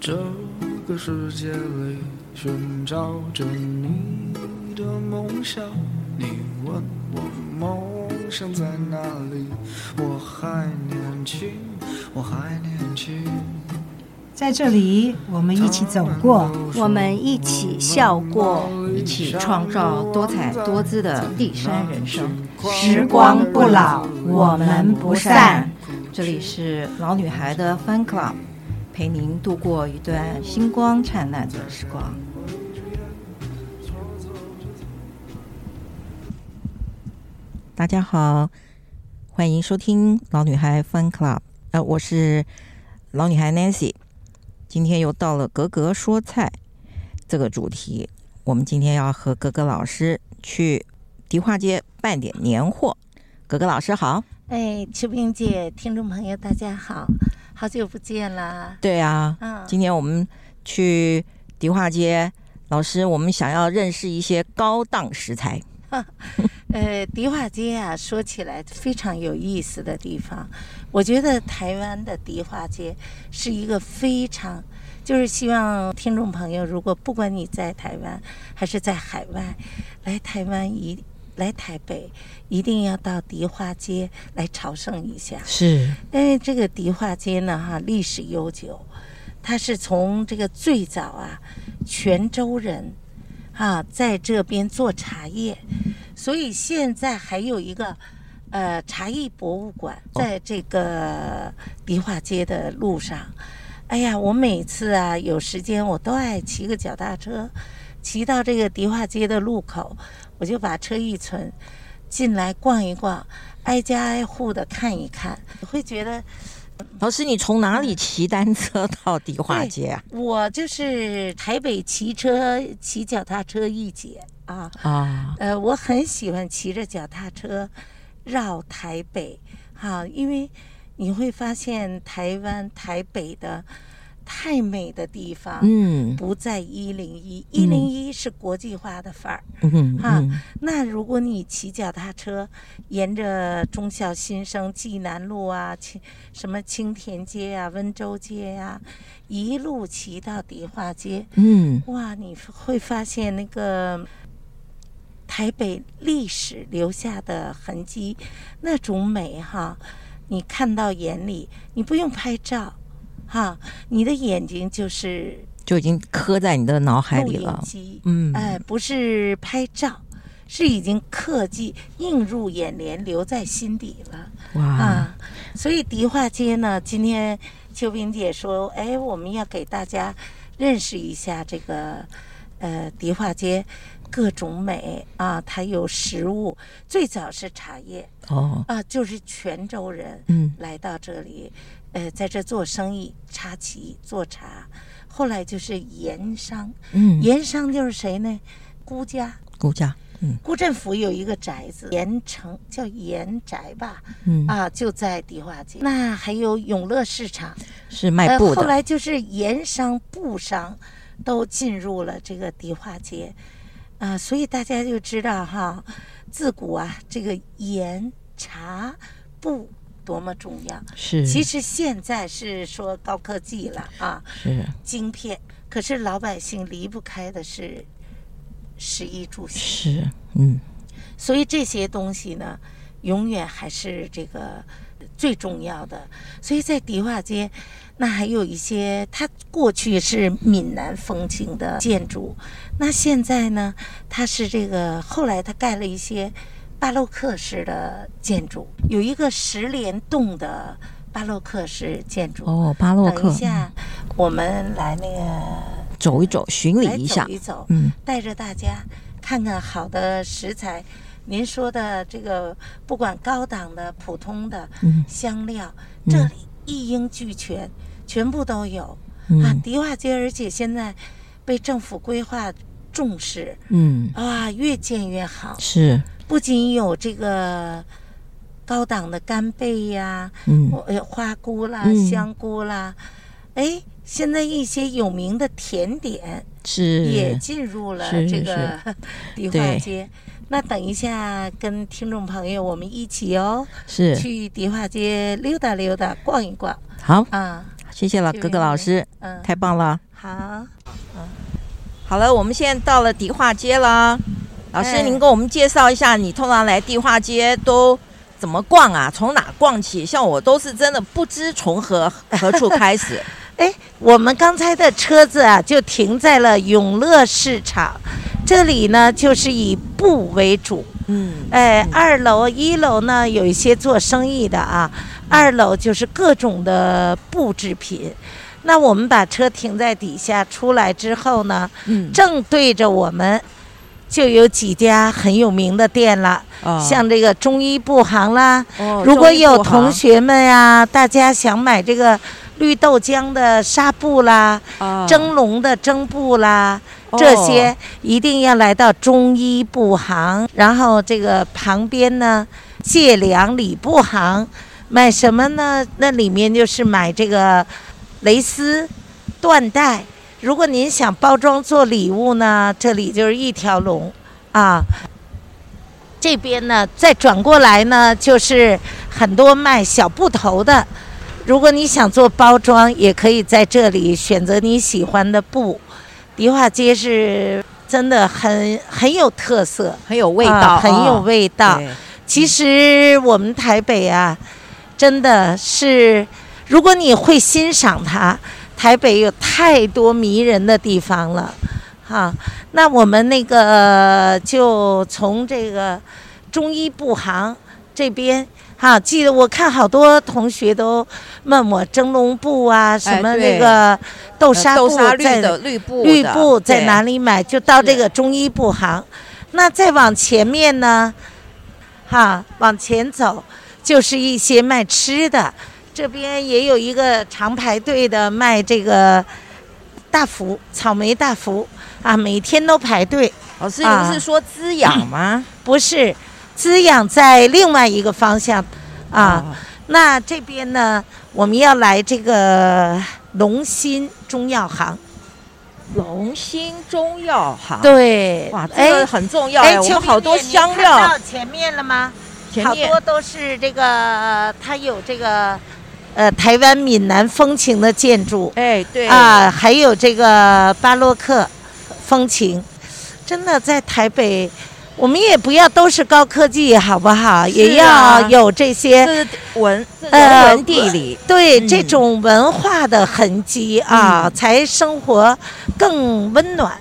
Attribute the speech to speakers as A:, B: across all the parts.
A: 这个世界里寻找着你的梦想，你问我梦想在哪里？我还年轻，我还年轻。
B: 在这里，我们一起走过，
C: 我们一起笑过，
D: 一起创造多彩多姿的第三人生。
B: 时光不老，我们不散。
D: 这里是老女孩的 Fun Club。陪您度过一段星光灿烂的时光。大家好，欢迎收听老女孩 Fun Club。呃，我是老女孩 Nancy。今天又到了格格说菜这个主题，我们今天要和格格老师去迪化街办点年货。格格老师好，
E: 哎，秋萍姐，听众朋友大家好。好久不见啦！
D: 对啊，
E: 嗯，
D: 今年我们去迪化街，老师，我们想要认识一些高档食材。
E: 呃，迪化街啊，说起来非常有意思的地方。我觉得台湾的迪化街是一个非常，就是希望听众朋友，如果不管你在台湾还是在海外，来台湾一来台北，一定要到迪化街来朝圣一下。
D: 是，
E: 因为哎这个迪化街呢，哈，历史悠久，它是从这个最早啊，泉州人啊在这边做茶叶，所以现在还有一个呃茶艺博物馆在这个迪化街的路上。哎呀，我每次啊有时间，我都爱骑个脚踏车，骑到这个迪化街的路口，我就把车一存，进来逛一逛，挨家挨户的看一看，会觉得
D: 老师，你从哪里骑单车到迪化街啊？
E: 我就是台北骑车、骑脚踏车一姐啊。
D: 啊，
E: 呃，我很喜欢骑着脚踏车绕台北，哈、因为你会发现台湾台北的太美的地方，
D: 嗯
E: 不在一零一，一零一是国际化的范儿。
D: 嗯
E: 哈、
D: 嗯，
E: 那如果你骑脚踏车，沿着忠孝新生济南路啊，青什么青田街啊、温州街呀、一路骑到迪化街，
D: 嗯，
E: 哇，你会发现那个台北历史留下的痕迹，那种美哈，你看到眼里，你不用拍照，哈，你的眼睛就是
D: 就已经刻在你的脑海
E: 录
D: 里
E: 影
D: 了。
E: 机，
D: 嗯，
E: 哎，不是拍照，是已经刻记、映入眼帘、留在心底了
D: 哇，
E: 啊。所以迪化街呢，今天秋萍姐说，哎，我们要给大家认识一下这个呃迪化街各种美啊，它有食物，最早是茶叶
D: 哦，
E: 啊，就是泉州人
D: 嗯
E: 来到这里，呃，在这做生意，插旗做茶。后来就是盐商，
D: 嗯，
E: 盐商就是谁呢？孤家，
D: 估价，嗯
E: 辜振甫有一个宅子，盐城叫盐宅吧，
D: 嗯，
E: 啊，就在迪化街。那还有永乐市场，
D: 是卖布
E: 呃，后
D: 的，
E: 来就是盐商、布商都进入了这个迪化街，啊、所以大家就知道哈，自古啊，这个盐、茶、布多么重要。
D: 是，
E: 其实现在是说高科技了啊，
D: 是
E: 晶片，可是老百姓离不开的是食衣住行，
D: 是，嗯，
E: 所以这些东西呢，永远还是这个最重要的。所以在迪化街，那还有一些它过去是闽南风情的建筑，那现在呢，它是这个后来它盖了一些巴洛克式的建筑，有一个十连栋的巴洛克式建筑。
D: 哦，巴洛
E: 等
D: 克
E: 一，下，我们来那个
D: 走一走，巡
E: 来
D: 礼一下
E: 走，一走，
D: 嗯，
E: 带着大家看看好的食材。您说的这个，不管高档的、普通的
D: 嗯
E: 香料，这里一应俱全，全部都有、啊
D: 嗯。
E: 迪化街，而且现在被政府规划重视，
D: 嗯，
E: 啊，越建越好。
D: 是，
E: 不仅有这个高档的干贝呀、
D: 嗯
E: 我呃花菇啦、
D: 嗯
E: 香菇啦，哎，现在一些有名的甜点
D: 是
E: 也进入了
D: 嗯是
E: 这
D: 是
E: 个 梨花
D: 对
E: 街。那等一下跟听众朋友我们一起哦，
D: 是
E: 去迪化街溜达溜达、逛一逛
D: 好，
E: 啊。
D: 谢谢了，
E: 这
D: 格格
E: 边
D: 老
E: 呢
D: 师，
E: 嗯，
D: 太棒了。
E: 好。
D: 好了，我们现在到了迪化街了。老师，
E: 哎
D: 您给我们介绍一下，你通常来迪化街都怎么逛啊？从哪逛起？像我都是真的不知从 何何处开始。
E: 哎，我们刚才的车子啊，就停在了永乐市场。这里呢，就是以布为主。
D: 嗯，
E: 哎，二楼、一楼呢，有一些做生意的啊。二楼就是各种的布制品。那我们把车停在底下，出来之后呢，
D: 嗯
E: 正对着我们，就有几家很有名的店了，
D: 哦
E: 像这个中医布行啦，
D: 哦
E: 如果
D: 中医
E: 有
D: 布行
E: 同学们呀、大家想买这个绿豆浆的纱布啦、
D: 啊
E: 蒸笼的蒸布啦，
D: 哦
E: 这些一定要来到中医布行。然后这个旁边呢，借粮礼布行，买什么呢？那里面就是买这个蕾丝、缎带。如果您想包装做礼物呢，这里就是一条龙啊。这边呢，再转过来呢，就是很多卖小布头的。如果你想做包装，也可以在这里选择你喜欢的布。迪化街是真的很很有特色，
D: 很有味道，
E: 啊很有味道。
D: 对
E: 其实我们台北啊，真的是，如果你会欣赏它，台北有太多迷人的地方了，哈、那我们那个就从这个中医布行这边。哈、记得我看好多同学都问我蒸笼布啊，什么
D: 哎
E: 那
D: 对呃
E: 个豆沙布
D: 豆沙绿
E: 在
D: 的绿布
E: 绿布在哪
D: 里？
E: 里买？就到这
D: 是
E: 个中医布行。那再往前面呢，哈，往前走就是一些卖吃的，这边也有一个长排队的卖这个大福，草莓大福啊，每天都排队。
D: 老师，
E: 啊
D: 您是说滋养吗？
E: 不是，滋养在另外一个方向啊。
D: 哦
E: 那这边呢，我们要来这个龙鑫中药行。
D: 龙兴中药行。
E: 对，
D: 哇，
E: 哎
D: 这个很重要
E: 哎，
D: 我
E: 邱
D: 们好多
E: 经理
D: 香
E: 您看
D: 料
E: 到，前面了吗？
D: 前
E: 好
D: 面
E: 多都是这个，它有这个，呃，台湾闽南风情的建筑
D: 哎对
E: 啊，还有这个巴洛克风情，真的在台北。我们也不要都是高科技，好不好？也
D: 是啊
E: 要有这些
D: 这是文这是
E: 哎呃
D: 人文地理，
E: 对、
D: 嗯
E: 这种文化的痕迹啊，
D: 嗯
E: 才生活更温暖。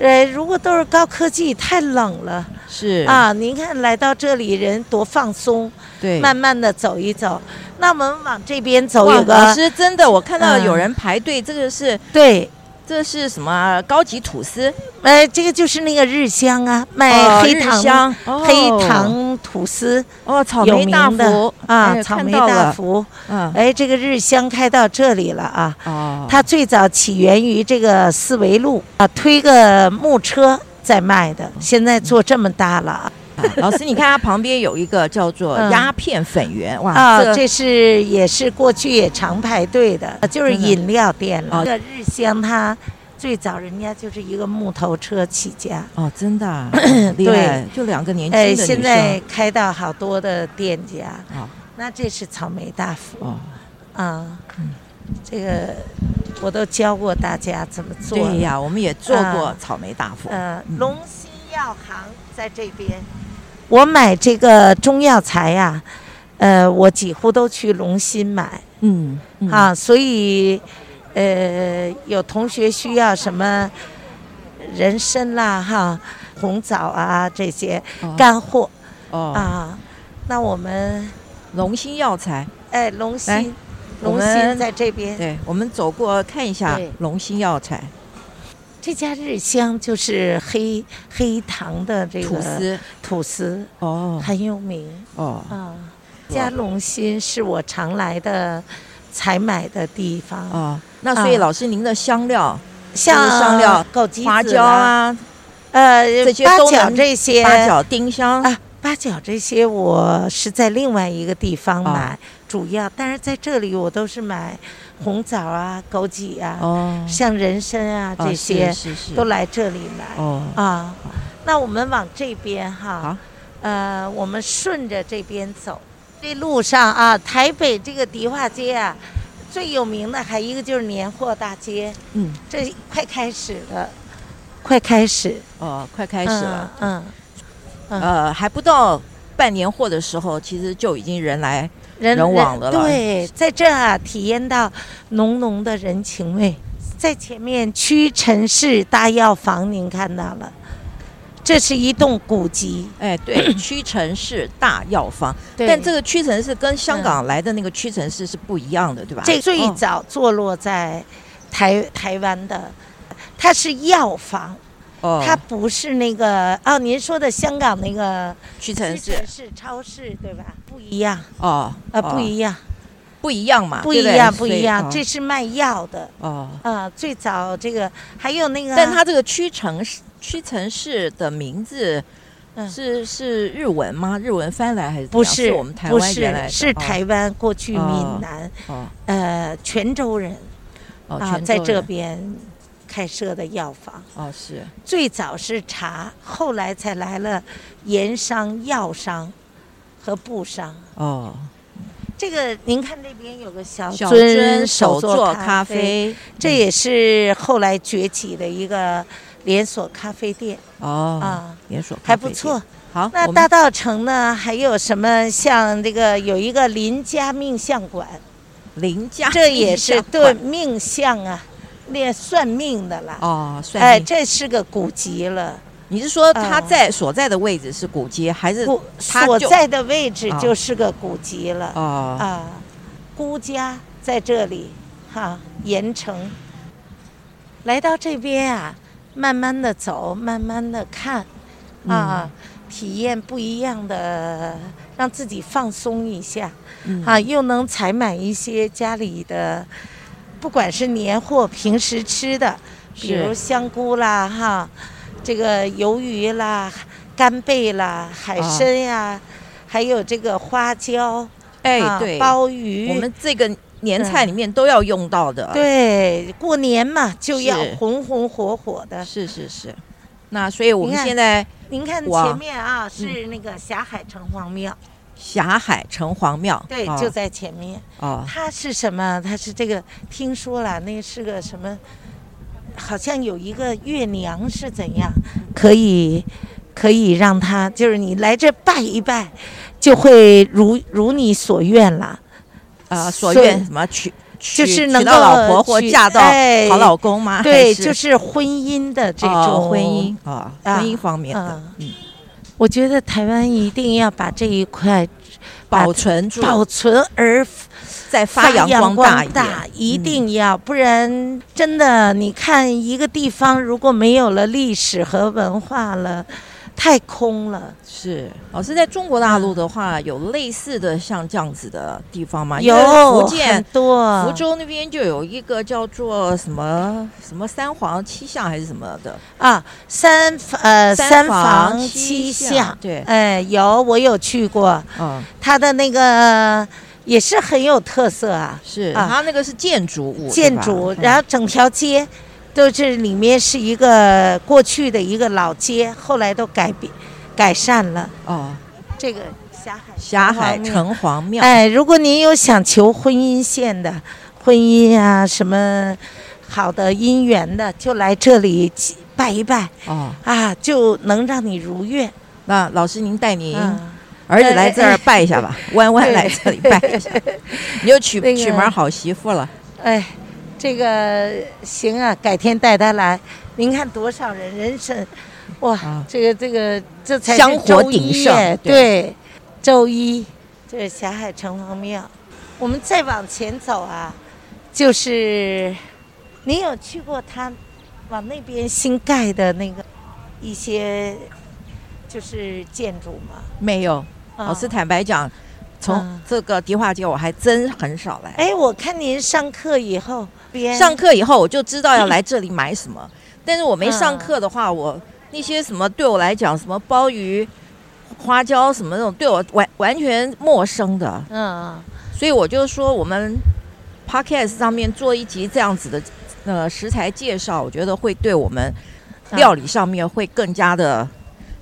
E: 呃，如果都是高科技，太冷了。
D: 是，
E: 啊，您看来到这里人多放松，
D: 对，
E: 慢慢的走一走。那我们往这边走
D: 哇
E: 有
D: 老
E: 个
D: 师真的，我看到
E: 嗯
D: 有人排队，这个是
E: 对，
D: 这是什么啊高级吐司？
E: 呃，这个就是那个日香啊，卖
D: 哦
E: 黑
D: 日
E: 糖、
D: 香
E: 黑
D: 哦
E: 糖吐司
D: 哦，草
E: 有
D: 莓
E: 名
D: 大
E: 的
D: 福
E: 啊，
D: 哎
E: 草
D: 看
E: 莓
D: 到
E: 大
D: 了
E: 福。
D: 嗯
E: 哎，这个日香开到这里了啊，
D: 哦，
E: 它最早起源于这个四维路啊，推个木车在卖的，现在做这么大了啊。
D: 啊老师，你看它旁边有一个叫做
E: 嗯
D: 鸦片粉圆，哇，
E: 啊，
D: 这个
E: 这是也是过去也常排队的，呃就是
D: 真的
E: 饮料店
D: 哦
E: 了。这个日香它最早人家就是一个木头车起家，
D: 哦，真 的啊厉害，就两个年轻的
E: 哎，
D: 女生，
E: 现在开到好多的店家。
D: 哦
E: 那这是草莓大福
D: 哦，
E: 啊，
D: 嗯
E: 这个我都教过大家怎么做。
D: 对呀，嗯我们也做啊过
E: 嗯
D: 草莓大福，
E: 呃，龙溪药行在这边。
D: 嗯
E: 我买这个中药材呀、呃，我几乎都去龙鑫买。
D: 嗯，嗯，
E: 啊，所以呃，有同学需要什么人参啦、哈、红枣啊这些
D: 哦
E: 干货、
D: 哦，
E: 啊，那我们
D: 龙兴药材，
E: 哎龙
D: 来
E: 心，
D: 我
E: 龙
D: 们
E: 心在这边，
D: 对，我们走过看一下
E: 对
D: 龙兴药材
E: 这家日香就是黑黑糖的这个
D: 吐司，
E: 吐司
D: 哦
E: 很有名
D: 哦，
E: 啊。家龙心是我常来的采买的地方，
D: 哦，那所以
E: 啊
D: 老师您的香料，
E: 像
D: 香料
E: 枸杞
D: 啊花
E: 子
D: 椒
E: 啦，
D: 啊，
E: 呃，
D: 这些
E: 八
D: 都
E: 角
D: 能
E: 这些
D: 八角、丁香，
E: 啊，八角这些我是在另外一个地方
D: 哦
E: 买，主要，但是在这里我都是买红枣啊、枸杞啊、
D: 哦，
E: 像人参啊
D: 哦
E: 这些、
D: 是是是
E: 都来这里来、
D: 哦，
E: 啊。那我们往这边哈
D: 好，
E: 呃，我们顺着这边走，这路上啊，台北这个迪化街啊，最有名的还一个就是年货大街，
D: 嗯，
E: 这快开始了，快开始，
D: 哦，快开
E: 开
D: 始了，，
E: 嗯，嗯
D: 呃，还不到办年货的时候，其实就已经人来，
E: 人
D: 人往的了
E: 对，在这儿啊，体验到浓浓的人情味。在前面屈臣氏大药房，您看到了，这是一栋古迹。
D: 哎，对，屈臣氏大药房，
E: 对
D: 但这个屈臣氏跟香港来的那个屈臣氏是不一样的，对吧？
E: 这最
D: 哦
E: 早坐落在台台湾的，它是药房，
D: 哦，
E: 它不是那个哦，您说的香港那个
D: 屈臣氏
E: 屈臣氏超市对吧？不一样，
D: 哦，
E: 呃，
D: 哦
E: 不一样，
D: 不一样嘛，
E: 不
D: 对
E: 一
D: 对
E: 样，
D: 所
E: 不
D: 以
E: 一样，
D: 哦
E: 这是卖药的。
D: 哦，
E: 啊，最早这个还有那个，
D: 但它这个屈臣氏屈臣氏的名字
E: 嗯
D: 是是日文吗？日文翻来还是怎
E: 不
D: 么样
E: 是
D: 我们台
E: 不
D: 湾原来
E: 是
D: 的
E: 是
D: 哦
E: 台湾过去
D: 哦
E: 闽南
D: 哦
E: 呃泉州人
D: 哦
E: 啊
D: 泉
E: 在
D: 州
E: 这
D: 人
E: 边开设的药房，
D: 哦是
E: 最早是茶，后来才来了盐商、药商和布商。
D: 哦
E: 这个您看这边有个小
D: 小
E: 樽
D: 手
E: 作
D: 做咖
E: 啡，
D: 啡嗯
E: 这也是后来崛起的一个连锁咖啡店
D: 哦
E: 啊，
D: 连锁咖
E: 还不
D: 啡店
E: 错。
D: 好
E: 那
D: 我们
E: 大道城呢，还有什么像这个有一个林家命相馆，
D: 林 家
E: 这
D: 必
E: 也是
D: 相
E: 对
D: 馆
E: 命相啊，那算命的啦。
D: 哦算
E: 哎，
D: 命
E: 这是个古籍了。
D: 你是说他
E: 啊
D: 在所在的位置是古街还是
E: 古
D: 它
E: 所
D: 就
E: 在的位置
D: 啊
E: 就是个古籍了
D: 哦
E: 啊。孤家在这里，哈，盐城。来到这边啊，慢慢的走，慢慢的看，
D: 嗯
E: 啊，体验不一样的，让自己放松一下。
D: 嗯
E: 啊，又能采买一些家里的，不管是年货，平时吃的，比
D: 是
E: 如香菇啦，哈，这个鱿鱼啦，干贝啦，海
D: 啊
E: 参呀、还有这个花椒，
D: 哎
E: 啊
D: 对
E: 鲍
D: 我
E: 鱼，
D: 们这个年菜里面都要用到的。，
E: 对，过年嘛就要
D: 是
E: 红红火火的。
D: 是是是。那所以我们
E: 你看
D: 现在
E: 您看
D: 哇嗯
E: 前面啊，是那个霞海城隍庙，
D: 霞海城隍庙，
E: 对，
D: 哦
E: 就在前面。
D: 哦
E: 它是什么？它是这个，听说了，那是个什么？好像有一个月娘是怎样，可以可以让他，就是你来这拜一拜，就会如如你所愿了，
D: 呃所
E: 所以
D: 愿什么娶
E: 就
D: 娶
E: 是
D: 娶
E: 能
D: 到老
E: 够
D: 婆或
E: 娶
D: 嫁到
E: 哎
D: 好老公吗？
E: 对，
D: 啊还是
E: 就是婚姻的这种、
D: 哦婚姻啊
E: 啊
D: 婚姻方面的
E: 嗯
D: 嗯
E: 我觉得台湾一定要把这一块
D: 保存住，
E: 保存而
D: 再发扬光大一点。
E: 大一定要，不然真的，你看一个地方如果没有了历史和文化了，太空了。
D: 是老师，在中国大陆
E: 嗯
D: 的话，有类似的像这样子的地方吗？啊因
E: 有
D: 为福建
E: 很。多
D: 福州那边就有一个叫做什么什么三皇七相还是什么的，
E: 啊，三呃
D: 三房
E: 房
D: 七
E: 七
D: 巷
E: 巷，
D: 对
E: 哎，有我有去过，
D: 嗯，
E: 它的那个也是很有特色啊，
D: 是，
E: 啊
D: 它那个是建筑物，嗯
E: 建筑，然
D: 后
E: 后整条街。都是里面是一个过去的一个老街，后来都改变改善了。
D: 哦，
E: 这个霞海
D: 霞海
E: 城隍庙。
D: 城隍庙，
E: 哎，如果您有想求婚姻线的，婚姻啊什么好的姻缘的，就来这里拜一拜
D: 哦，
E: 啊，就能让你如愿。
D: 那老师您带您
E: 嗯，
D: 儿子来这儿拜一下吧，弯弯来这里拜一下， 你就娶
E: 那个
D: 娶门好媳妇了。
E: 哎，这个行啊，改天带他来。您看多少人，人生，哇，
D: 啊
E: 这个这个这才是
D: 香火
E: 周一
D: 鼎盛
E: 耶
D: 对
E: 对，周一，这是霞海城隍庙。我们再往前走啊，就是您有去过他往那边新盖的那个一些就是建筑吗？
D: 没有，
E: 啊
D: 老师坦白讲，从
E: 啊
D: 这个迪化街我还真很少来。
E: 哎，我看您上课以后边
D: 上课以后我就知道要来这里买 什么，嗯但是我没上课的话，我那些什么对我来讲，什么鲍鱼、花椒什么那种，对我完完全陌生的。
E: 嗯。
D: 所以我就说我们 podcast 上面做一集这样子的呃食材介绍，我觉得会对我们料理上面会更加的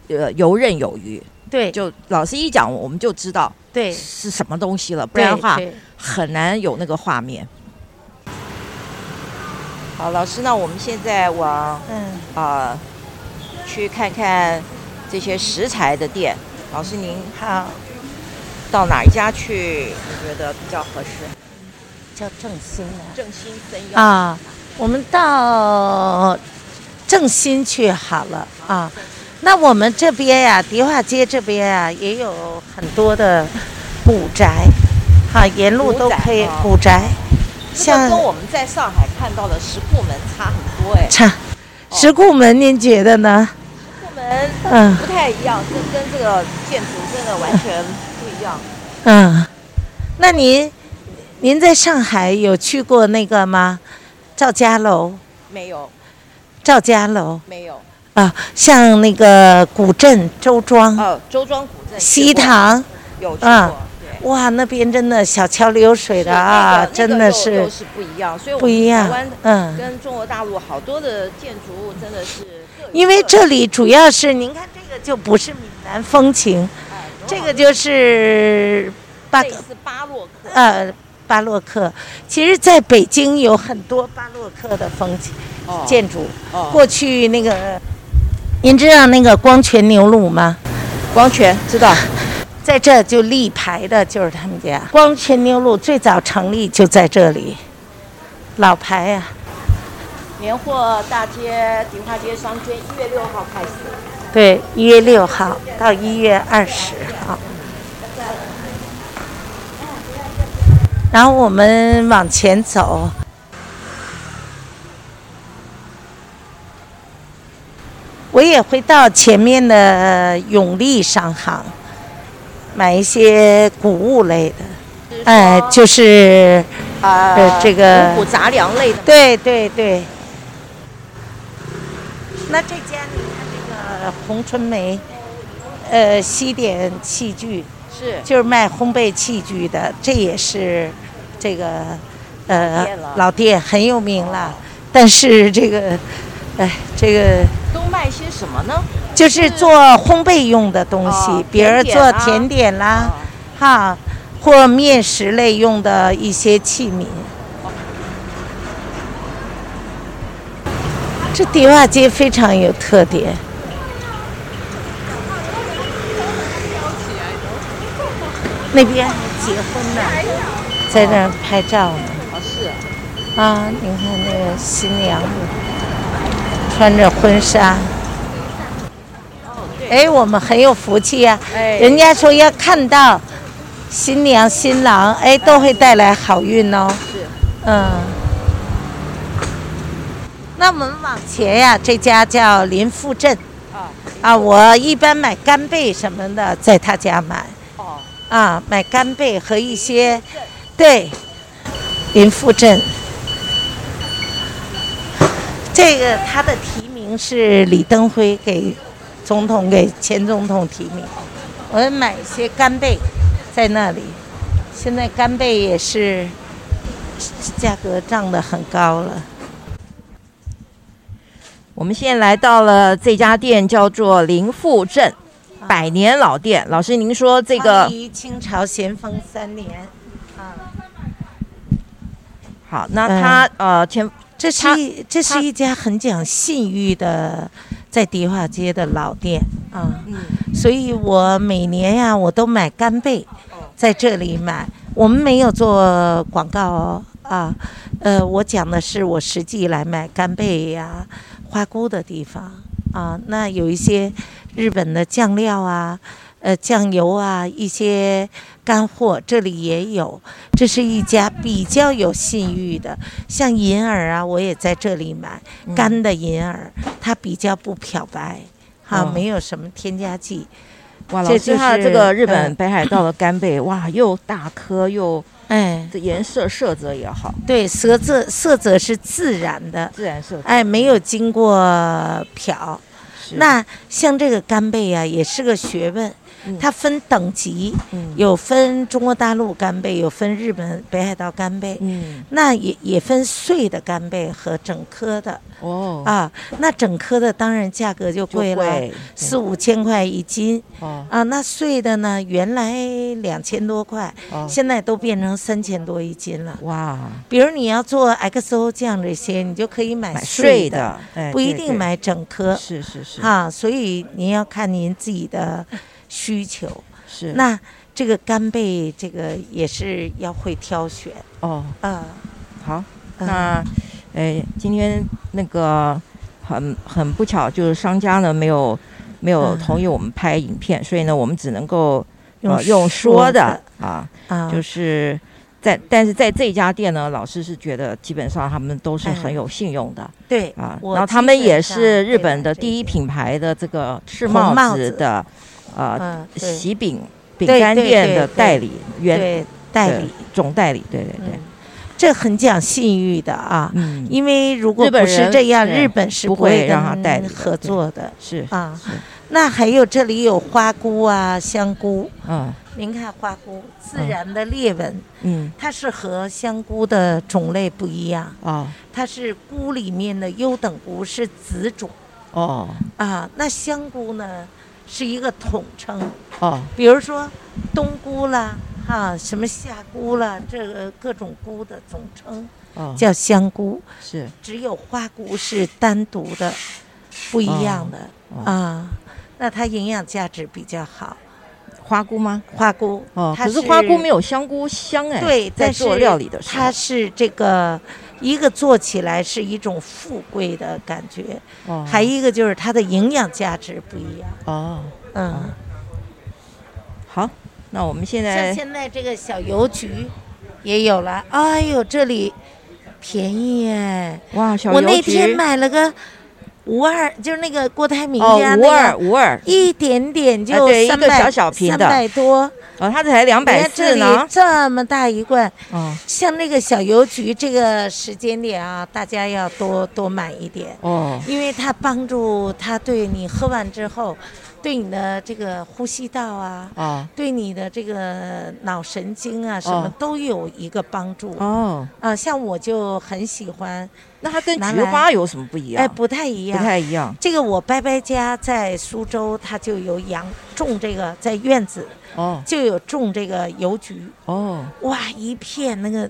D: 呃游刃有余。
E: 对
D: 就老师一讲，我们就知道
E: 对，
D: 是什么东西了，不
E: 对
D: 然的话
E: 对
D: 很难有那个画面。好，老师，那我们现在往
E: 嗯，
D: 啊、去看看这些食材的店。老师，您
E: 好，
D: 到哪一家去？你觉得比较合适？
E: 叫正兴啊。
D: 正兴森药
E: 啊，我们到正兴去好了啊。那我们这边呀、迪化街这边啊，也有很多的古宅，哈、沿路
D: 古
E: 都
D: 宅
E: 可以
D: 哦
E: 古宅，
D: 这个
E: 像
D: 跟我们在上海看到的石库门差很 多哎、
E: 差石库门，您觉得呢？
D: 石库门
E: 嗯
D: 不太一样，这跟这个建筑真的完全不一样。
E: 嗯，那您您在上海有去过那个吗？赵家楼，
D: 没有，
E: 赵家楼
D: 没有。
E: 啊，像那个古镇周庄、
D: 哦，周庄古镇去
E: 西
D: 过
E: 塘。
D: 有去
E: 嗯
D: 过，对。
E: 哇，那边真的小桥流水
D: 是
E: 的啊，
D: 那个
E: 真
D: 那个
E: 的
D: 又
E: 是
D: 又是不一样，所以我
E: 不一
D: 们
E: 样
D: 台湾。
E: 嗯，
D: 跟中国大陆好多的建筑物真的是各有
E: 因为
D: 各
E: 这里主要是您看这个就不是闽南风情，
D: 哎有
E: 这
D: 好
E: 个就是巴
D: 类似巴洛克，
E: 呃巴洛克。其实，在北京有很多巴洛克的风情
D: 哦
E: 建筑。
D: 哦
E: 过去那个，您知道那个光泉牛乳吗？
D: 光泉知道，
E: 在这就立牌的就是他们家。光泉牛乳最早成立就在这里，老牌啊呀、
D: 年货大街、迪化街商圈一月六号开始。
E: 对，一月六号到一月二十号。然后我们往前走，我也会到前面的永利商行买一些谷物类的，哎、就是
D: 啊
E: 呃这个
D: 五谷杂粮类的嘛，
E: 对对对。那这家你看这个红春梅，呃，西点器具
D: 是
E: 就是卖烘焙器具的，这也是这个
D: 老
E: 呃
D: 店了
E: 老店很有名了。但是这个，哎，这个
D: 都卖些什么呢？
E: 就是做烘焙用的东西，
D: 哦
E: 比如
D: 甜点
E: 做
D: 啊
E: 甜点啦、
D: 啊，
E: 哈，或面食类用的一些器皿。这迪化街非常有特点。那边还结婚呢，在那儿拍照呢。
D: 哦是
E: 啊，你看那个新娘子穿着婚纱。
D: 哦对，
E: 哎，我们很有福气呀、
D: 哎
E: 人家说要看到新娘新郎，哎，都会带来好运哦。
D: 是
E: 嗯。那我们往前呀、这家叫林富镇
D: 啊
E: 啊，我一般买干贝什么的，在他家买
D: 哦
E: 啊，买干贝和一些，对，林富镇。这个他的提名是李登辉给总统给前总统提名，我们买一些干贝在那里，现在干贝也是价格涨得很高了。
D: 我们现在来到了这家店，叫做林富镇，百年老店。老师，您说这个
E: 创于清朝咸丰三年，啊，
D: 好，那它呃前
E: 这是一这是一家很讲信誉的，在迪化街的老店啊。
D: 嗯
E: 所以我每年呀、我都买干贝，在这里买。我们没有做广告哦啊，呃，我讲的是我实际来买干贝呀、花菇的地方啊。那有一些日本的酱料啊，呃，酱油啊，一些干货，这里也有。这是一家比较有信誉的，像银耳啊，我也在这里买
D: 嗯
E: 干的银耳，它比较不漂白，哈、
D: 哦
E: 没有什么添加剂。
D: 哇，老
E: 这
D: 师
E: 就
D: 它的这
E: 是
D: 个日本
E: 嗯
D: 北海道的干贝，哇，又大颗又
E: 哎，
D: 这颜色色泽也好，
E: 对，色泽色泽是自然的，
D: 自然色泽。
E: 哎，没有经过漂。
D: 是
E: 啊那像这个干贝呀、也是个学问。它分等级，
D: 嗯
E: 有分中国大陆干贝，有分日本北海道干贝，
D: 嗯
E: 那也也分碎的干贝和整颗的
D: 哦
E: 啊。那整颗的当然价格就
D: 就
E: 贵了，四
D: 对
E: 五千块一斤
D: 哦
E: 啊。那碎的呢，原来两千多块，
D: 哦
E: 现在都变成三千多一斤了。
D: 哇
E: 比如你要做 XO 酱这些，你就可以买
D: 买
E: 碎
D: 碎
E: 的，
D: 的哎
E: 不一
D: 对
E: 定
D: 对
E: 买整颗
D: 是是是
E: 啊。所以您要看您自己的需求。
D: 是
E: 那这个干贝，这个也是要会挑选
D: 哦
E: 啊。
D: 好
E: 嗯
D: 那呃，今天那个很很不巧，就是商家呢没有没有
E: 嗯
D: 同意我们拍影片，所以呢，我们只能够呃
E: 啊用
D: 用
E: 说
D: 说
E: 的
D: 的啊，
E: 啊，
D: 就是在但是在这家店呢，老师是觉得基本上他们都是
E: 哎
D: 很有信用的
E: 对
D: 啊，
E: 我
D: 然后他
E: 基
D: 们
E: 本
D: 也
E: 上
D: 是
E: 会
D: 日本
E: 买
D: 的
E: 这
D: 第一
E: 些，
D: 品牌的这个赤
E: 嗯红帽
D: 帽
E: 子
D: 子的呃
E: 嗯，对
D: 喜饼饼
E: 对
D: 干
E: 对
D: 店
E: 对
D: 的
E: 对
D: 代理员
E: 对代理，
D: 总代理，对对对
E: 嗯，，这很讲信誉的啊。
D: 嗯，
E: 因为如果
D: 日本
E: 不是
D: 人
E: 这样，
D: 对
E: 日本是
D: 不
E: 会
D: 会让他
E: 跟
D: 代理的
E: 合
D: 对
E: 作的
D: 是
E: 啊。
D: 是
E: 那还有这里有花菇啊、香菇，
D: 嗯
E: 您看花菇自
D: 嗯
E: 然的裂纹，
D: 嗯
E: 它是和香菇的种类不一样，
D: 哦
E: 它是菇里面的优等菇是子种
D: 哦
E: 啊。那香菇呢是一个统称，
D: 哦
E: 比如说冬菇啦，哈、什么夏菇啦，这个各种菇的总称
D: 哦，
E: 叫香菇。
D: 是
E: 只有花菇是单独的，不一样的、
D: 哦哦
E: 啊。那它营养价值比较好，
D: 花菇吗？
E: 花菇
D: 哦，
E: 它
D: 可是花菇没
E: 有
D: 有香菇香哎。
E: 对，
D: 在
E: 但是
D: 做料理的时候
E: 它是这个一个做起来是一种富贵的感觉，
D: 哦
E: 还一个就是它的营养价值不一样。
D: 哦，
E: 嗯，
D: 好，那我们现
E: 像
D: 在
E: 现在这个小邮局也有了，哎呦，这里便宜哎！
D: 哇，小
E: 我
D: 邮
E: 那
D: 局
E: 天买了个五二，就是那个郭台铭
D: 哦
E: 家那
D: 五二
E: 个
D: 五二
E: 一点点
D: 啊
E: 就
D: 对一
E: 三
D: 个
E: 百
D: 小小瓶
E: 三
D: 的
E: 百多，
D: 哦，它才两
E: 你看这
D: 百四
E: 里
D: 呢。
E: 这么大一罐，
D: 哦
E: 像那个小邮局这个时间点啊，大家要多多买一点，
D: 哦
E: 因为它帮助它对你喝完之后，对你的这个呼吸道啊，
D: 哦
E: 对你的这个脑神经啊，什么
D: 哦
E: 都有一个帮助。
D: 哦，
E: 啊，像我就很喜欢，
D: 那它跟
E: 拿
D: 菊
E: 来
D: 花有什么不一样？
E: 哎，不太一
D: 不
E: 样，
D: 太一样
E: 这个我伯伯家在苏州，他就有养种这个，在院子
D: 哦
E: 就有种这个邮菊，
D: 哦，
E: 哇，一片那个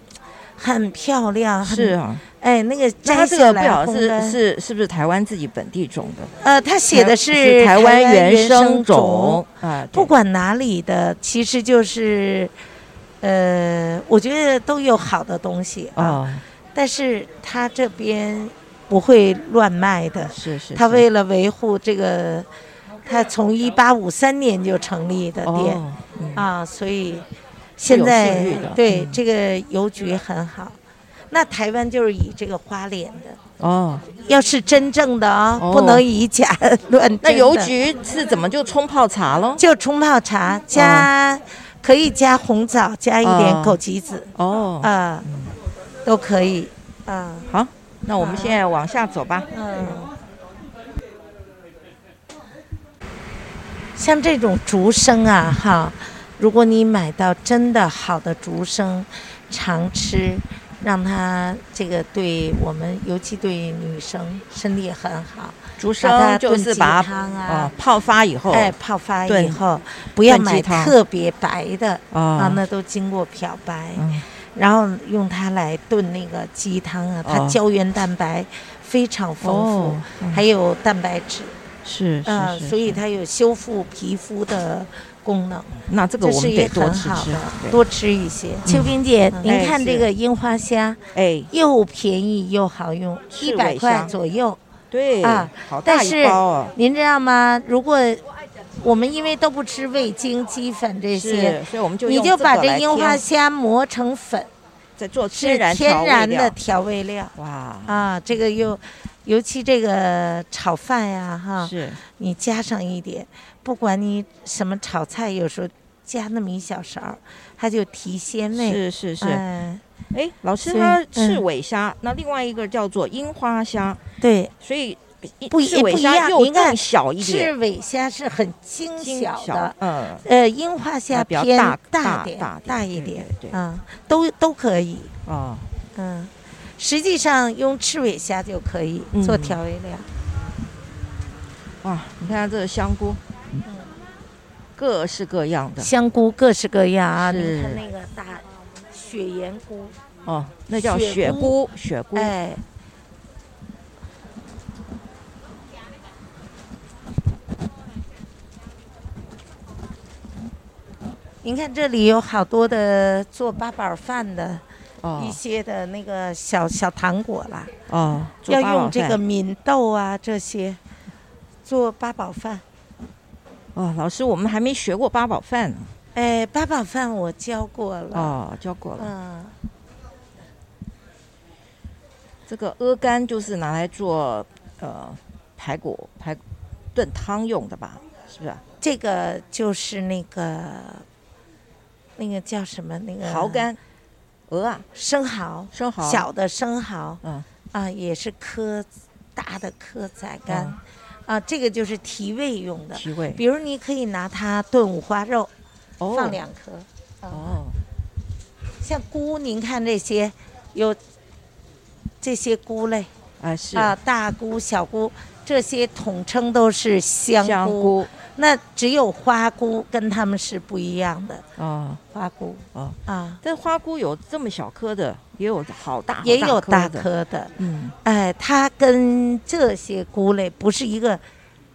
E: 很漂亮，很
D: 是啊，
E: 哎，那个
D: 那
E: 摘
D: 它这
E: 下
D: 个不
E: 来
D: 晓
E: 烘
D: 得
E: 干
D: 是是是不是台湾自己本地种的？
E: 呃，他写的
D: 是
E: 台
D: 湾
E: 原
D: 生
E: 种，
D: 啊，
E: 不
D: 对
E: 管哪里的，其实就是，呃，我觉得都有好的东西啊，
D: 哦，
E: 但是他这边不会乱卖的，
D: 是是，
E: 他
D: 是
E: 为了维护这个，他从一八五三年就成立的店、
D: 哦嗯
E: 啊，所以现
D: 有
E: 在
D: 信誉的
E: 对、
D: 嗯
E: 这个邮局很好。那台湾就是以这个花脸的，
D: 哦，
E: 要是真正的啊、
D: 哦
E: 不能以假 乱真的。
D: 那邮局是怎么就冲泡茶喽？
E: 就冲泡
D: 嗯
E: 茶加、可以加红枣，加一点
D: 哦
E: 枸杞子
D: 哦，
E: 啊、都可以啊，
D: 好，那我们现在往下走吧。
E: 嗯。像这种竹笙啊，哈，如果你买到真的好的竹笙，常吃，让它这个对我们，尤其对女生身体很好。
D: 竹
E: 把它
D: 笙就
E: 炖
D: 是
E: 鸡
D: 把它
E: 汤啊
D: 啊泡发以后，
E: 哎，泡发以
D: 炖
E: 后不要
D: 炖鸡
E: 买
D: 汤
E: 特别白的啊
D: 啊，
E: 那都经过漂白，
D: 嗯
E: 然后用它来炖那个鸡汤啊，它
D: 哦
E: 胶原蛋白非常丰富，
D: 哦嗯
E: 还有蛋白质，
D: 是
E: 嗯、
D: 是
E: 所
D: 是，
E: 以它有修复皮肤的功能，
D: 那这个
E: 这
D: 我
E: 是
D: 们
E: 也
D: 得多
E: 很
D: 吃
E: 好
D: 吃
E: 的，，
D: 对嗯
E: 多吃一些。秋萍姐，您
D: 哎
E: 看这
D: 是
E: 个樱花虾
D: 哎
E: 又便宜又好用，一
D: 是
E: 百
D: 尾
E: 块
D: 虾
E: 左右。
D: 对
E: 啊
D: 好大
E: 但
D: 一
E: 是
D: 包啊，
E: 您知道吗？如果我们因为都不吃味精、鸡粉这些
D: 是，，所以我们就
E: 你
D: 用
E: 就把
D: 个来
E: 这樱花
D: 添
E: 虾磨成粉，
D: 再做天
E: 是
D: 然调
E: 天
D: 味
E: 然
D: 料
E: 的调味料
D: 哇，
E: 啊。这个又，尤其这个炒饭呀、哈，
D: 是
E: 你加上一点，不管你什么炒菜，有时候加那么一小勺儿，它就提鲜味。
D: 是是是，
E: 哎，
D: 哎，老师
E: 所以
D: 他
E: 嗯
D: 赤尾虾，那另外一个叫做樱花虾，
E: 对，
D: 所以
E: 不一
D: 赤尾
E: 不一
D: 鲨
E: 样
D: 又
E: 你看
D: 更小一
E: 赤
D: 点，
E: 尾虾是很精
D: 精
E: 小的，
D: 嗯，
E: 呃，樱花虾
D: 啊它比较
E: 偏
D: 大大
E: 点，
D: 大
E: 一
D: 对
E: 点，
D: 对对
E: 啊，都都可以，
D: 哦，
E: 嗯，实际上用赤尾虾就可以
D: 嗯
E: 做调味料，
D: 哇，啊你看这个香菇，
E: 嗯
D: 各式各样的
E: 香菇各式各样啊，
D: 是
E: 你看那个大雪盐菇，
D: 哦，那叫
E: 雪
D: 雪
E: 菇
D: 菇，雪菇，
E: 哎，您看这里有好多的做八宝饭的一
D: 哦
E: 些的那个小小糖果啦，
D: 哦，做
E: 要
D: 八
E: 用
D: 宝
E: 这
D: 饭
E: 个敏豆啊这些做八宝饭。
D: 哦，老师，我们还没学过八宝饭呢，
E: 哎，八宝饭我教过了。
D: 哦，教过了。
E: 嗯，
D: 这个鹅肝就是拿来做呃排骨排炖汤用的吧？是啊不是？
E: 这个就是那个那个叫什么那个
D: 蚝干、鹅啊、
E: 生蚝，
D: 生蚝，
E: 嗯小的生蚝
D: 嗯
E: 啊，也是颗大的颗仔干、
D: 嗯
E: 啊，这个就是提味用的。
D: 提味，
E: 比如你可以拿它炖五花肉，
D: 哦
E: 放两颗。啊
D: 哦，
E: 像菇，您看这些有这些菇类
D: 哎是
E: 啊，大菇、小菇，这些统称都是香菇。
D: 香菇
E: 那只有花菇跟它们是不一样的，
D: 哦。
E: 花菇
D: 哦
E: 啊，
D: 但花菇有这么小颗的，也有好大
E: 也有大
D: 颗的，
E: 颗的。
D: 嗯
E: 哎，它跟这些菇类不是一个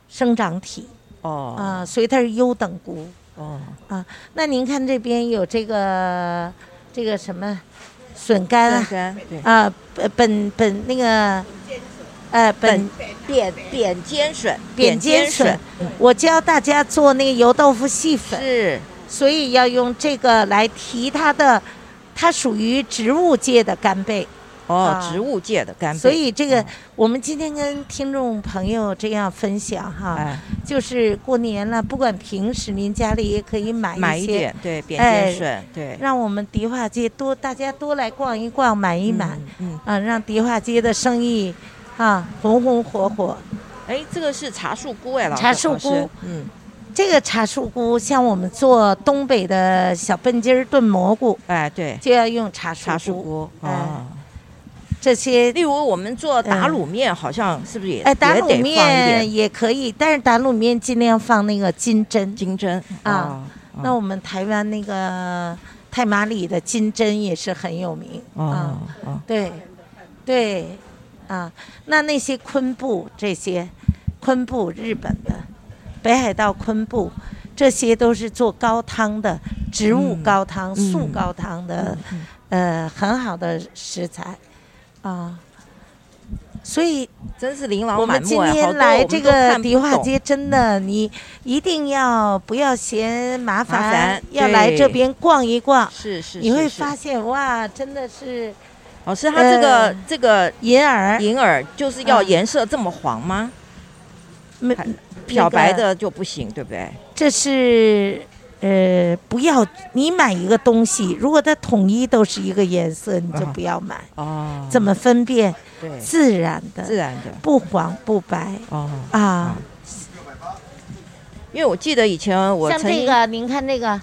E: 生长体
D: 哦
E: 啊，所以它是优等菇。
D: 哦
E: 那您看这边有这个这个什么笋干
D: 干
E: 啊，
D: 干对
E: 啊，本本本那个，呃，本
D: 扁扁尖笋
E: 扁尖笋，我教大家做那个油豆腐细粉，
D: 是
E: 所以要用这个来提它的，它属于植物界的干贝，
D: 哦
E: 啊
D: 植物界的干贝，
E: 所以这个
D: 哦
E: 我们今天跟听众朋友这样分享哈，
D: 哎
E: 就是过年了，不管平时您家里也可以买
D: 买
E: 一
D: 一
E: 些，
D: 点对扁
E: 哎
D: 尖笋对
E: 让我们迪化街多大家多来逛一逛，买一买。
D: 嗯嗯
E: 啊，让迪化街的生意啊红红火火。
D: 哎，这个是茶树菇哎，老师
E: 茶树
D: 老师
E: 菇
D: 嗯，
E: 这个茶树菇，像我们做东北的小笨鸡儿炖蘑菇，
D: 哎，对，
E: 就要用茶树菇。
D: 茶树菇
E: 哎
D: 啊。
E: 这些，
D: 例如我们做打卤面，好像是不是也
E: 哎，打
D: 也
E: 卤
D: 得放一点
E: 面也可以，但是打卤面尽量放那个金针。
D: 金针
E: 啊？
D: 哦
E: 那我们台湾那个太麻里的金针也是很有名啊
D: 哦。哦，
E: 对，对，啊，那那些昆布这些，昆布日本的，北海道昆布，这些都是做高汤的植物
D: 嗯
E: 高汤、素
D: 嗯
E: 高汤的，呃，很好的食材，啊，所以
D: 真是琳
E: 我
D: 琅
E: 们
D: 满目
E: 今
D: 哎好
E: 天
D: 多我
E: 来
D: 们
E: 这
D: 都
E: 个
D: 看不
E: 迪化
D: 懂
E: 街，真的，你一定要不要嫌麻烦，
D: 烦
E: 要来这
D: 对
E: 边逛一逛，
D: 是是，
E: 你会
D: 是
E: 发现哇，真的是
D: 老师他这个
E: 呃
D: 这个
E: 银耳。
D: 银耳就是要
E: 哎嗯
D: 颜色这么黄吗？
E: 没
D: 还
E: 那
D: 漂
E: 个
D: 白的就不行，对不对？
E: 这是呃，不要你买一个东西，如果它统一都是一个颜色，你就
D: 啊
E: 不要买。
D: 哦，
E: 怎么分辨？
D: 对？
E: 自然的，
D: 自然的
E: 不黄不白
D: 哦，
E: 啊。
D: 因为我记得以前我
E: 像
D: 曾
E: 这
D: 经
E: 个，您看这个，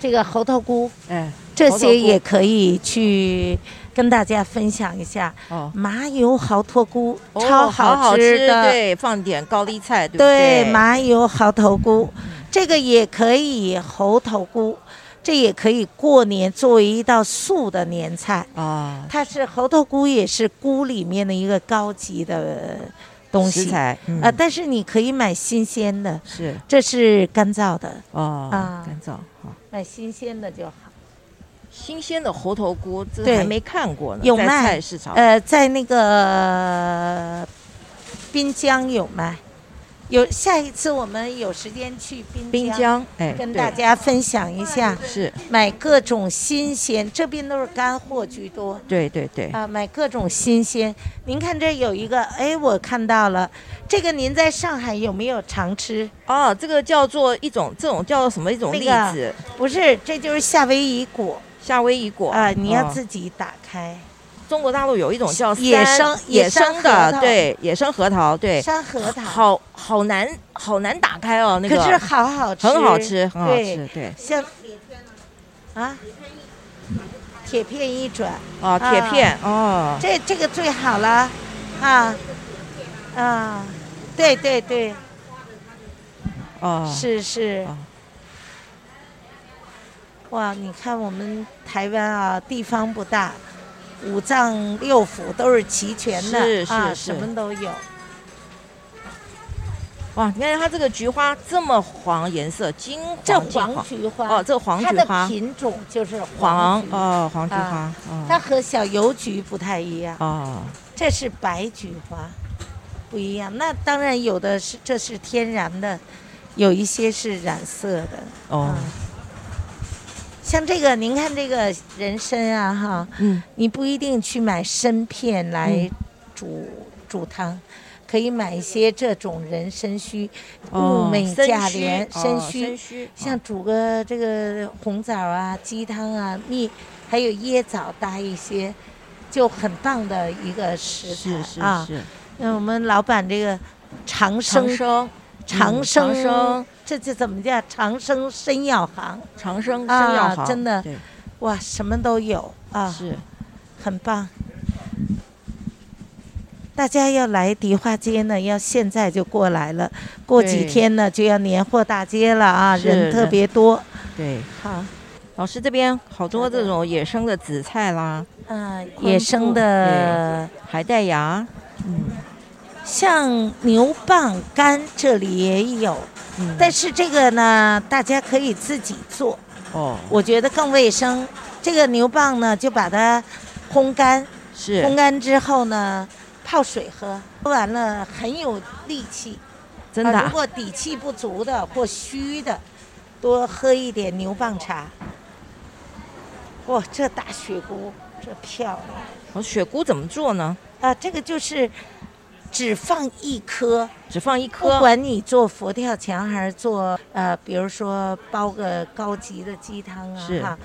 E: 这个猴头菇，
D: 哎
E: 这
D: 猴头
E: 些也
D: 菇
E: 可以去跟大家分享一下。
D: 哦。
E: 麻油猴头菇、
D: 哦
E: 超
D: 好好
E: 吃的，
D: 对，放点高丽菜，对不
E: 对，嗯
D: 对？
E: 麻油猴头菇，这个也可以猴头菇，这也可以过年作为一道素的年菜。
D: 啊，
E: 它是猴头菇，也是菇里面的一个高级的东西
D: 食材嗯
E: 啊。但是你可以买新鲜的，
D: 是
E: 这是干燥的，
D: 哦
E: 啊，
D: 干燥好。
E: 买新鲜的就好。
D: 新鲜的猴头菇，这
E: 对
D: 还没看过呢，
E: 有
D: 在
E: 卖
D: 菜市场。
E: 呃，在那个滨江有卖，有下一次我们有时间去滨
D: 滨江，哎，
E: 跟
D: 对
E: 大家分享一下。
D: 是，
E: 买各种新鲜，这边都是干货居多
D: 对对对，
E: 啊，买各种新鲜。您看这有一个，哎，我看到了，这个您在上海有没有常吃？
D: 哦，这个叫做一种，这种叫做什么一种
E: 那
D: 栗
E: 个
D: 子？
E: 不是，这就是夏威夷果
D: 夏威夷果
E: 啊，你要
D: 哦
E: 自己打开，
D: 中国大陆有一种叫
E: 野
D: 三
E: 生
D: 野
E: 野生
D: 生
E: 核
D: 的，
E: 桃
D: 对，野生核桃，对，
E: 山核桃，
D: 好好难好难打开哦，那个
E: 可是好好吃，
D: 很好吃，很好
E: 对
D: 吃，对
E: 像啊，铁片一转，
D: 哦，铁
E: 啊
D: 片哦，
E: 这这个最好了，啊啊，对对对，
D: 哦，
E: 是是
D: 哦。
E: 哇，你看我们台湾啊，地方不大，五脏六腑都是齐全的
D: 是是
E: 啊，
D: 是
E: 什么都有。
D: 哇，你看它这个菊花这么黄颜色，金
E: 这
D: 黄金
E: 黄
D: 黄
E: 菊花
D: 哦，这个黄
E: 它
D: 菊
E: 的
D: 花
E: 品种就是
D: 黄
E: 黄菊，
D: 哦，黄菊花
E: 啊它
D: 哦
E: 和小油菊不太一样，
D: 哦
E: 这是白菊花，不一样。那当然有的是这是天然的，有一些是染色的。
D: 哦
E: 啊，像这个，您看这个人参啊，哈，
D: 嗯
E: 你不一定去买参片来煮、煮汤，可以买一些这种人参须，
D: 哦
E: 物美
D: 参
E: 价
D: 须
E: 廉，参
D: 哦
E: 须
D: 参须
E: 像煮个这个红枣啊、鸡汤啊、蜜，还有椰枣搭一些，就很棒的一个食材
D: 是是
E: 啊。
D: 是
E: 那我们老板这个长生
D: 长生
E: 长
D: 嗯
E: 生,、
D: 长生
E: 这这怎么叫长生参药行？
D: 长生
E: 啊
D: 生药行
E: 真的
D: 对
E: 哇，什么都有啊，
D: 是
E: 很棒。大家要来迪化街呢，要现在就过来了。过几
D: 对
E: 天呢，就要年货大街了啊，
D: 是
E: 人特
D: 人
E: 别多。
D: 对。
E: 好。
D: 老师这边好多这种野生的紫菜啦，
E: 嗯，
D: 昆
E: 野生
D: 布
E: 的
D: 海带芽，
E: 像牛蒡干这里也有，
D: 嗯，
E: 但是这个呢，大家可以自己做，
D: 哦
E: 我觉得更卫生。这个牛蒡呢，就把它烘干，
D: 是
E: 烘干之后呢，泡水喝，喝完了很有力气。
D: 真的
E: 啊如
D: 啊
E: 果底气不足的或虚的，多喝一点牛蒡茶。哇，这大雪菇，这漂亮。
D: 哦，雪菇怎么做呢？
E: 啊，这个就是只放一颗，
D: 只放一
E: 不
D: 颗，
E: 管你做佛跳墙还是做呃，比如说煲个高级的鸡汤啊，
D: 是
E: 哈，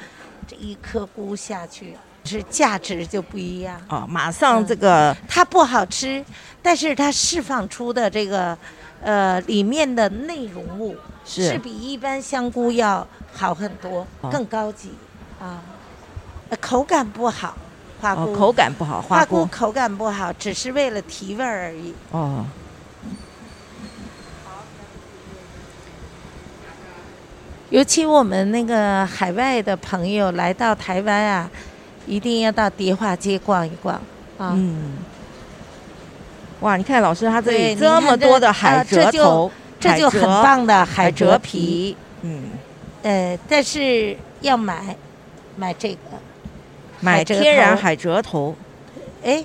E: 这一颗菇下去，是价值就不一样。
D: 哦，马
E: 嗯
D: 上这个
E: 它不好吃，但是它释放出的这个呃里面的内容物
D: 是
E: 比一般香菇要好很多，
D: 哦
E: 更高级啊、呃口感不好，花菇、
D: 哦口感不好，花
E: 花菇
D: 菇
E: 口感不好，只是为了提味儿而已。
D: 哦。
E: 尤其我们那个海外的朋友来到台湾啊，一定要到迪化街逛一逛啊。
D: 嗯，哇，你看老师他这
E: 对
D: 里
E: 你
D: 这
E: 看
D: 么
E: 这
D: 多的
E: 啊
D: 海
E: 这
D: 蜇
E: 就
D: 头，
E: 这就很
D: 海蜇，
E: 棒的
D: 海
E: 海
D: 蜇
E: 蜇皮，
D: 皮，嗯，
E: 呃，但是要买，买这个，
D: 买
E: 海蜇
D: 天然
E: 头
D: 海蜇头，
E: 哎，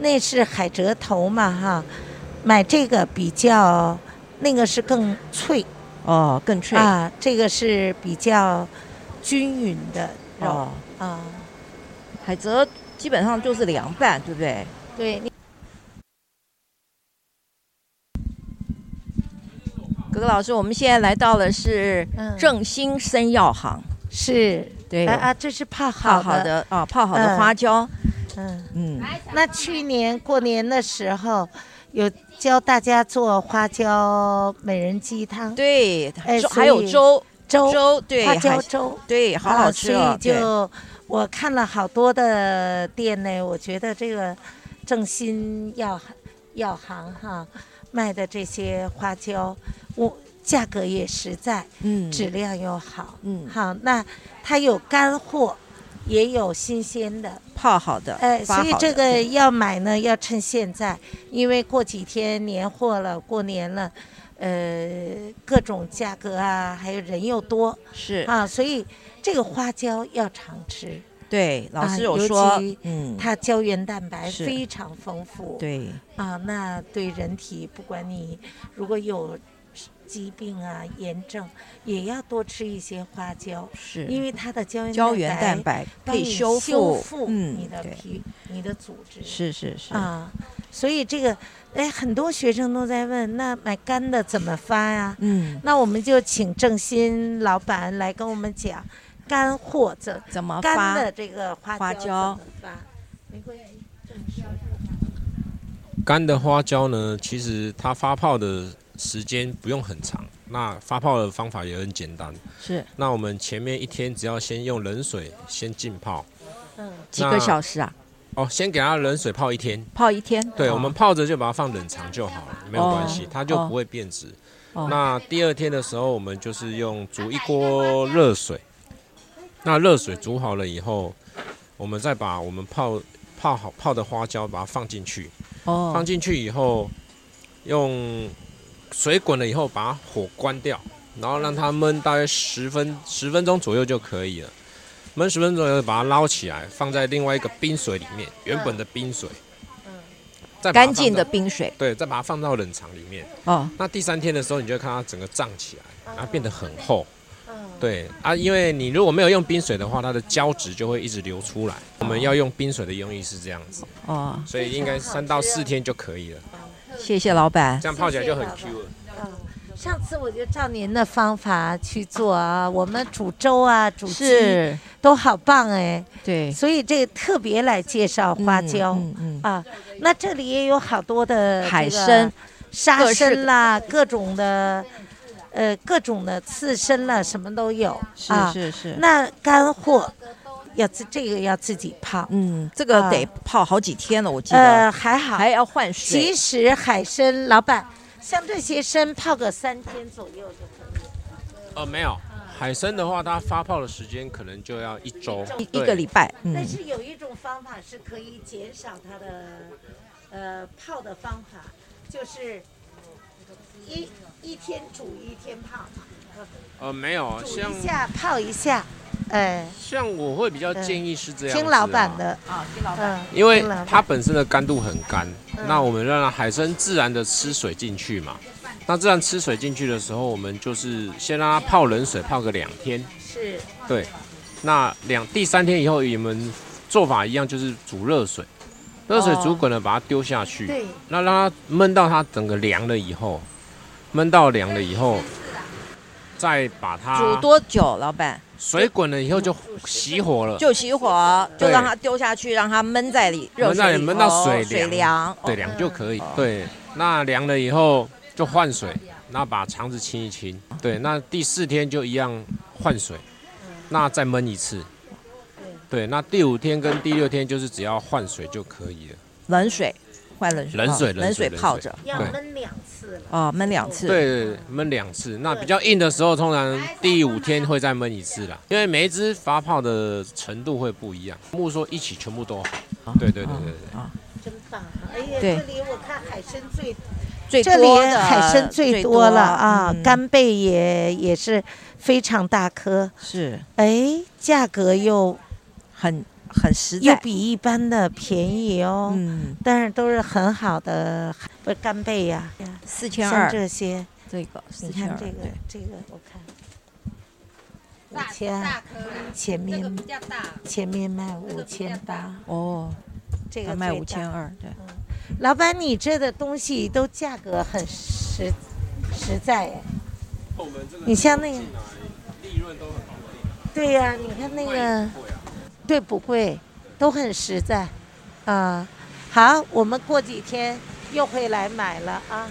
E: 那是海蜇头嘛哈，买这个比较，那个是更脆
D: 哦，更脆，
E: 啊，这个是比较均匀的肉、
D: 哦，
E: 啊。
D: 海蜇基本上就是凉拌，对不对？
E: 对，你
D: 格格老师，我们现在来到的是
E: 嗯
D: 正兴生药行，
E: 是
D: 对
E: 啊啊，这是泡
D: 泡
E: 好
D: 好的啊，泡好的
E: 嗯
D: 花椒，
E: 嗯。
D: 嗯，
E: 那去年过年的时候，有教大家做花椒美人鸡汤
D: 对，
E: 哎
D: 粥
E: 所
D: 还有
E: 以
D: 粥，
E: 粥，
D: 粥对，
E: 花椒
D: 还
E: 粥，
D: 对，好
E: 啊
D: 好吃哦，
E: 所以
D: 对
E: 就我看了好多的店呢，我觉得这个正新药行药行哈卖的这些花椒，我价格也实在，
D: 嗯，
E: 质量又好。
D: 嗯
E: 好，那它有干货，也有新鲜的。
D: 泡好的，
E: 哎，
D: 呃发
E: 所以
D: 好
E: 这
D: 的
E: 个
D: 对
E: 要买呢，要趁现在，因为过几天年货了，过年了，呃，各种价格啊，还有人又多
D: 是
E: 啊，所以这个花椒要常吃，
D: 对，老
E: 啊
D: 师有
E: 尤
D: 说
E: 其，
D: 嗯，
E: 它胶原蛋白
D: 是
E: 非常丰富。
D: 对，
E: 啊，那对人体，不管你如果有疾病啊、炎症，也要多吃一些花椒，
D: 是
E: 因为它的胶原
D: 胶原蛋
E: 白
D: 白
E: 帮
D: 可以
E: 你
D: 修
E: 复
D: 复，
E: 你
D: 嗯，
E: 的
D: 对，
E: 皮、你的组织。
D: 是是是，
E: 啊，所以这个，哎，很多学生都在问，那买干的怎么发呀、
D: 嗯，
E: 那我们就请正新老板来跟我们讲，干货怎
D: 怎么
E: 干
D: 啊发？
E: 的这个花
D: 花
E: 椒怎么发？
F: 干的花椒呢，其实它发泡的时间不用很长，那发泡的方法也很简单。
D: 是
F: 那我们前面一天只要先用冷水先浸泡，
D: 几个小时啊？
F: 哦，先给它冷水泡一天。
D: 泡一天？
F: 对，
D: 哦
F: 我们泡着就把它放冷藏就好了，没有关系
D: 哦，
F: 它就不会变质。
D: 哦
F: 那第二天的时候，我们就是用煮一锅热水，那热水煮好了以后，我们再把我们泡泡好泡的花椒把它放进去，放
D: 哦
F: 进去以后，用水滚了以后把火关掉，然后让它焖大约十分十分钟左右就可以了。焖十分钟左右把它捞起来，放在另外一个冰水里面，原本的冰水，
D: 嗯
F: 再把它
D: 干
F: 放
D: 净的
F: 到，
D: 冰水
F: 对，再把它放到冷藏里面。
D: 哦，
F: 那第三天的时候，你就会看它整个胀起来，然后变得很厚。
D: 嗯
F: 对啊，因为你如果没有用冰水的话，它的胶质就会一直流出来。我们要用冰水的用意是这样子，
D: 哦，
F: 所以应该三到四天就可以了，
D: 谢谢老板
F: 这。样泡起来就很 Q 了。
E: 上次我就照您的方法去做啊，我们煮粥啊、煮鸡
D: 是，
E: 都好棒哎，
D: 对，
E: 所以这个特别来介绍花
D: 嗯
E: 椒。
D: 嗯嗯，
E: 啊，那这里也有好多的
D: 海
E: 这个
D: 参、
E: 沙
D: 各式
E: 参啦，各种的，呃，各种的刺参啦，什么都有
D: 是
E: 啊。
D: 是是，
E: 那干货要自这个要自己泡，
D: 嗯，这个
E: 啊
D: 得泡好几天了，我记
E: 呃，
D: 得，
E: 还好。
D: 还要换
E: 其
D: 水。
E: 实海参老板，像这些参泡个三天左右就可
F: 呃，没有，
E: 嗯
F: 海参的话，它发泡的时间可能就要一周
D: 一一个礼拜，
E: 以。
D: 嗯
E: 但，是有一种方法是可以减少它的，呃，泡的方法就是一一天煮一天泡。
F: 呃，没有，
E: 煮
F: 像
E: 一下，泡一下，哎，
F: 像我会比较建议是这样、
E: 听老板。的，
D: 啊，金老
E: 嗯，
F: 因为
E: 听老板
F: 它本身的干度很干，
E: 嗯
F: 那我们让海参自然的吃水进去嘛。那自然吃水进去的时候，我们就是先让它泡冷水泡个两天，
E: 是
F: 对。那两第三天以后，我们做法一样，就是煮热水，热水煮滚了，把它丢下去。
E: 哦对，
F: 那让它焖到它整个凉了以后，焖到凉了以后，再把它
D: 煮多久？老板
F: 水滚了以后就熄火了，
D: 就熄火，就
F: 对
D: 让它丢下去，让它闷在里热
F: 焖到
D: 水里头，哦
F: 焖到水
D: 水
F: 凉
D: 凉。
F: 对，
D: 哦
F: 凉就可以。对，那凉了以后就换水，那把肠子清一清。对，那第四天就一样换水，
D: 嗯
F: 那再焖一次。对，那第五天跟第六天就是只要换水就可以了。
D: 冷水换冷水，
F: 冷水
D: 哦
F: 冷水
D: 冷水
F: 冷水
D: 泡着，
E: 要
F: 对
E: 焖两次了。
D: 哦，焖两次。
F: 对对，对焖两次。那比较硬的时候，通常第五天会再焖一次啦，因为每一只发泡的程度会不一样，不说一起全部都好。
D: 哦，
F: 对对对
D: 哦
F: 对
D: 哦
E: 真棒！哎呀，
D: 对
E: 这里我看海参最，
D: 最
E: 这里
D: 多的
E: 海参最
D: 多
E: 了啊，
D: 嗯
E: 干贝也也是非常大颗，
D: 是
E: 哎，价格又
D: 很很实
E: 又
D: 在。
E: 比一般的便宜哦，
D: 嗯，
E: 但是都是很好的，不是干贝呀，
D: 四千
E: 像
D: 二，
E: 这些，
D: 这个四
E: 你
D: 千
E: 看
D: 二，
E: 这个
D: 对，
E: 这个我看。五千，前面前面卖五千八，
D: 哦，
E: 这
D: 他
E: 个
D: 卖
E: 最
D: 五千
E: 大。
D: 二，对，
E: 老板，你这的东西都价格很实实在哎。你像那个，对呀、你看那个，对不贵，都很实在，啊，好，我们过几天又会来买了啊，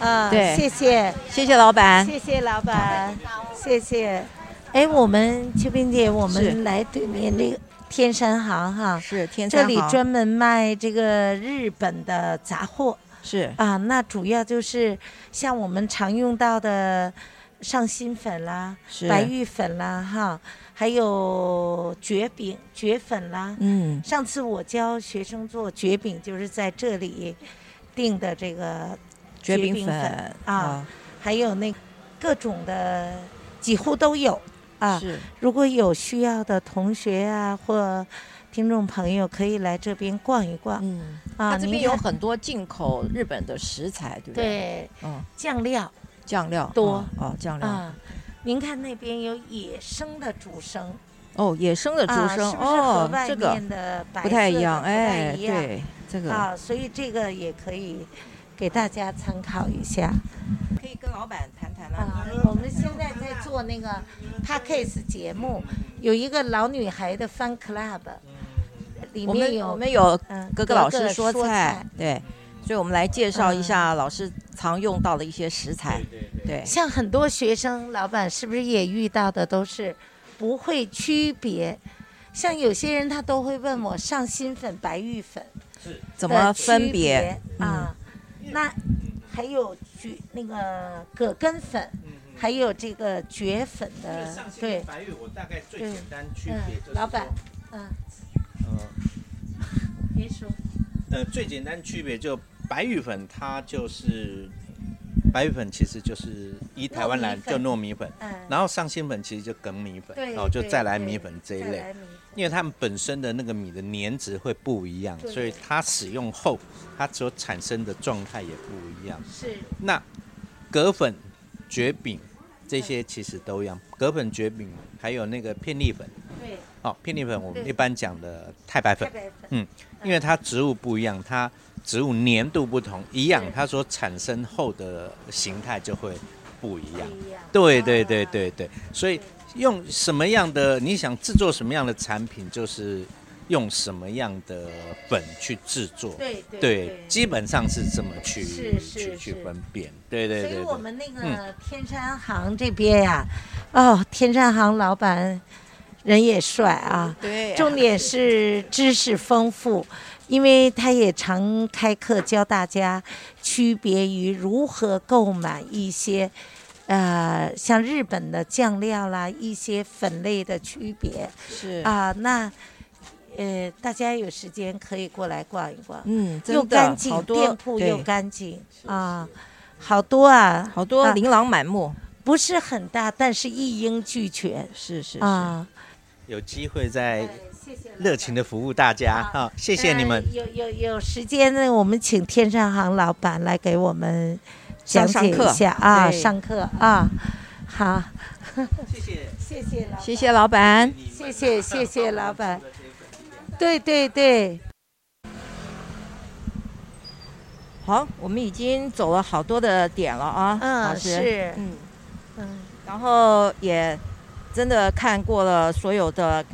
E: 啊，
D: 对
E: 谢谢。
D: 谢谢老板，
E: 谢谢老板，谢谢。哎，我们秋萍姐，我
D: 是
E: 们来对面这个天山行哈，
D: 是天
E: 这
D: 山
E: 里
D: 行
E: 专门卖这个日本的杂货
D: 是
E: 啊，那主要就是像我们常用到的上新粉啦、
D: 是
E: 白，玉粉啦哈，还有蕨饼、蕨粉啦。
D: 嗯，
E: 上次我教学生做蕨饼，就是在这里订的这个蕨
D: 蕨饼
E: 饼粉
D: 啊
E: 啊，还有那各种的几乎都有啊。
D: 是
E: 如果有需要的同学啊或听众朋友，可以来这边逛一逛、
D: 嗯，
E: 啊。
D: 它这
E: 您
D: 边有
E: 看
D: 很多进口日本的食材，对不对？
E: 对
D: 嗯，
E: 酱料
D: 酱料
E: 多
D: 哦哦，酱料
E: 啊。您看那边有野生的竹笙，
D: 哦，野生的竹
E: 啊
D: 笙
E: 是不是和
D: 哦，
E: 外
D: 这个
E: 面的白
D: 不太
E: 色
D: 一
E: 的
D: 样，
E: 不太
D: 哎，
E: 一样
D: 对，这个
E: 啊，所以这个也可以给大家参考一下。
D: 可以跟老板谈谈
E: 啊，我们现在在做那个 p a c k a s e 节目，有一个老女孩的 Fan Club，里
D: 我
E: 面
D: 们我
E: 有
D: 们有
E: 嗯
D: 格格老师说菜，对，所以我们来介绍一下
E: 嗯
D: 老师常用到的一些食材，对
E: 像很多学生老板是不是也遇到的都是不会区别？像有些人他都会问我上新粉、白玉粉
D: 怎么
E: 的区
D: 分别？嗯
E: 别啊？那还有蕨那个葛根粉，
G: 嗯
E: 还有这个蕨粉的
G: 上新
E: 对
G: 跟，白玉，我大概最
E: 对
G: 简单区
E: 嗯
G: 别就是说，
E: 老板嗯，
G: 呃，
E: 您说
G: 呃，最简单区别就白玉粉，它就是呃白玉粉，其实就是以台湾
E: 糯
G: 来
E: 米
G: 就
E: 粉
G: 糯米粉，
E: 嗯，
G: 然后上新粉其实就梗米粉，
E: 对
G: 然后就
E: 对
G: 再来
E: 对
G: 米粉这一
E: 再
G: 类，
E: 来米
G: 因为它们本身的那个米的粘值会不一样，
E: 对
G: 所以它使用后它所产生的状态也不一样。
E: 是
G: 那葛粉、蕨饼这些其实都一样，葛粉、蕨饼还有那个片粒粉，嗯
E: 对
G: 哦，片粒粉我们
E: 对
G: 一般讲的太白粉
E: 太，白粉
G: 因为它植物不一样，它植物粘度不同，一样
E: 是
G: 它所产生后的形态就会不一样。
E: 不一样，
G: 对对
E: 啊
G: 对对对，所以用什么样的你想制作什么样的产品，就是用什么样的粉去制作。
E: 对对
G: 对，基本上是这么去
E: 是是
G: 去去
E: 是
G: 分辨。对对对
E: 所以
G: 对。
E: 我们那
G: 嗯
E: 个天山行这边呀、哦，天山行老板人也帅啊，
D: 对
E: 重点是知识丰富，因为他也常开课教大家区别于如何购买一些。呃，像日本的酱料啦，一些粉类的区别
D: 是，
E: 啊、那呃，大家有时间可以过来逛一逛。
D: 嗯，真
E: 又
D: 的
E: 干净
D: 好，多
E: 店铺又
D: 对
E: 干净啊，好多啊，
D: 好多
E: 啊
D: 琳琅满目，
E: 不是很大，但是一应俱全
D: 是是是，
E: 啊。
G: 有机会再
E: 谢谢
G: 热情的服务大家
E: 好
G: 哈，谢谢你们。
E: 有有有时间呢，我们请天上行老板来给我们讲
D: 上
E: 解
D: 上课
E: 一下啊，
D: 对
E: 上课啊。好，
G: 谢谢
E: 谢谢老
D: 谢谢老板，
E: 谢谢谢谢老板。对对对，
D: 好，我们已经走了好多的点了啊，老
E: 嗯，
D: 师，
E: 是，
D: 嗯，
E: 嗯，
D: 然后也真的看过了所有的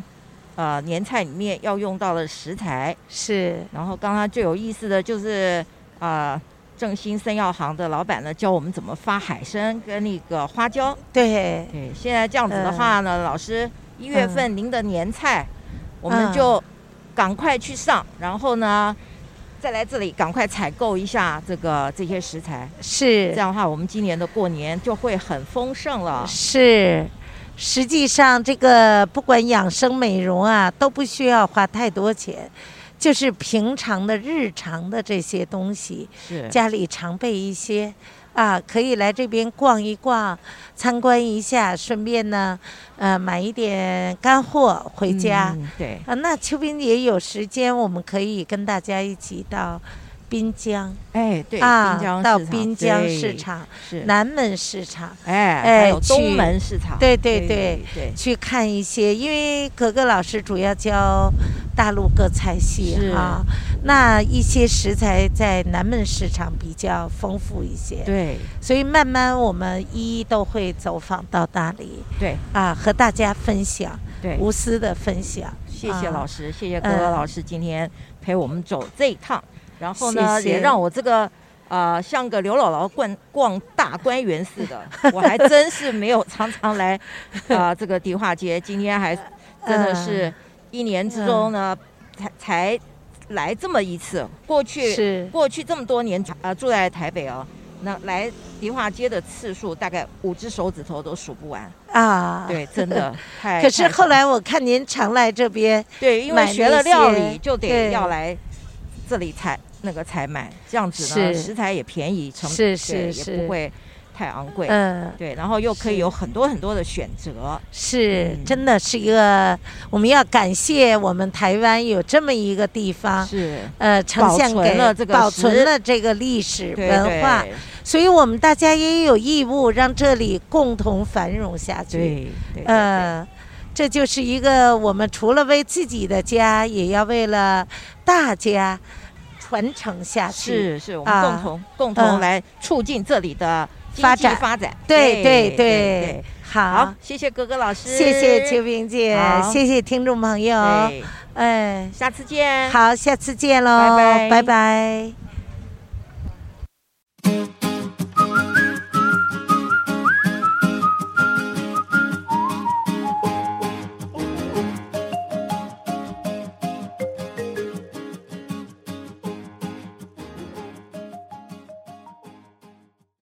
D: 呃年菜里面要用到的食材，
E: 是，
D: 然后刚刚最有意思的就是啊、呃，正兴生药行的老板呢教我们怎么发海参跟那个花椒。
E: 对，
D: 对，现在这样子的话呢，老师一月份您的年菜，我们
E: 嗯
D: 就赶快去上，然后呢。再来这里，赶快采购一下这个这些食材，
E: 是
D: 这。样的话，我们今年的过年就会很丰盛了。
E: 是，实际上这个不管养生美容啊，都不需要花太多钱，就是平常的日常的这些东西，
D: 是，
E: 家里常备一些。啊，可以来这边逛一逛，参观一下，顺便呢，呃，买一点干货回家。
D: 嗯对，
E: 啊，那秋斌也有时间，我们可以跟大家一起到滨江
D: 哎，对，
E: 啊，
D: 滨江
E: 到
D: 市场
E: 滨江
D: 对
E: 市场、
D: 是，
E: 南门市场。
D: 哎，还
E: 哎
D: 有东
E: 去
D: 门市场，
E: 对对
D: 对
E: 对
D: 对，
E: 去看一些，因为格格老师主要教大陆各菜系
D: 是
E: 啊，那一些食材在南门市场比较丰富一些，
D: 对
E: 所以慢慢我们一一都会走访到那里
D: 对
E: 啊，和大家分享，
D: 对
E: 无私的分享。
D: 谢谢老
E: 师，
D: 师，谢谢格格
E: 啊嗯
D: 老师今天陪我们走这一趟，然后呢，
E: 谢谢
D: 也让我这个。呃，像个刘姥姥逛逛大观园似的，我还真是没有常常来，啊，这个迪化街，今天还真的
E: 嗯
D: 是一年之中呢，才才来这么一次。过去
E: 是
D: 过去这么多年，呃，住在台北哦，那来迪化街的次数大概五只手指头都数 不完。
E: 啊，
D: 对，真。的太。
E: 可是
D: 太
E: 后来我看您常来这边，
D: 对，因为
E: 买
D: 学
E: 那
D: 了料
E: 些
D: 理就得
E: 对
D: 要来这里采那个采买，这样子呢
E: 是
D: 食材也便宜，成
E: 是
D: 对
E: 是
D: 也不
E: 是，
D: 会太昂贵。
E: 嗯、
D: 对，然后又可以
E: 是
D: 有很多很多的选择，
E: 是，
D: 嗯
E: 真的是一个，我们要感谢我们台湾有这么一个地方，
D: 是
E: 呃，呈
D: 保
E: 现
D: 存
E: 给
D: 了这个
E: 保
D: 时
E: 存了这个历史
D: 对
E: 文化，
D: 对
E: 所以我们大家也有义务让这里共同繁荣下去。
D: 对对，对
E: 呃，这就是一个我们除了为自己的家，也要为了大家传承下去。
D: 是是，我们
E: 啊
D: 共同共同
E: 嗯
D: 来促进这里的经
E: 发
D: 济
E: 展
D: 发展。
E: 对
D: 对
E: 对
D: 对
E: 对，好
D: 好，，谢谢格格老师，
E: 谢谢秋萍姐
D: 好，
E: 谢谢听众朋友。
D: 对
E: 哎，
D: 下次见。
E: 好，下次见喽，
D: 拜拜
E: 拜拜